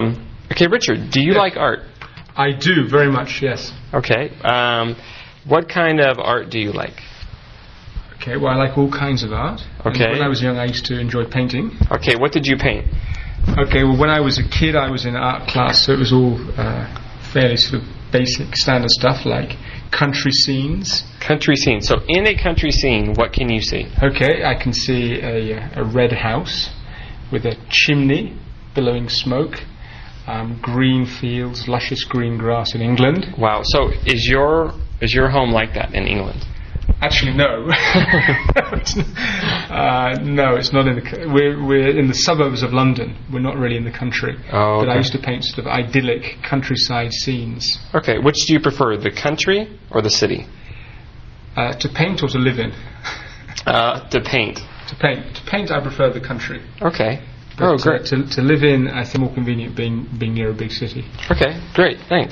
Mm-hmm. Okay, Richard, do you like art? I do, very much, yes. Okay. Um, what kind of art do you like? Okay, well, I like all kinds of art. And Okay. when I was young, I used to enjoy painting. Okay, what did you paint? Okay, well, when I was a kid, I was in art class, so it was all uh, fairly sort of basic, standard stuff like country scenes. Country scene. So, in a country scene, what can you see? Okay, I can see a, uh, a red house with a chimney billowing smoke, um, green fields, luscious green grass in England. Wow. So, is your is your home like that in England? Actually, no. It's n- uh, no, it's not in the. c- We're, we're in the suburbs of London. We're not really in the country. Oh, But I okay. used to paint sort of idyllic countryside scenes Okay. Which do you prefer, the country or the city? uh, to paint or to live in. Uh, to paint. To paint, to paint, I prefer the country. Okay. But uh, oh, to- great. To, to live in, I think more convenient being being near a big city. Okay, great. Thanks.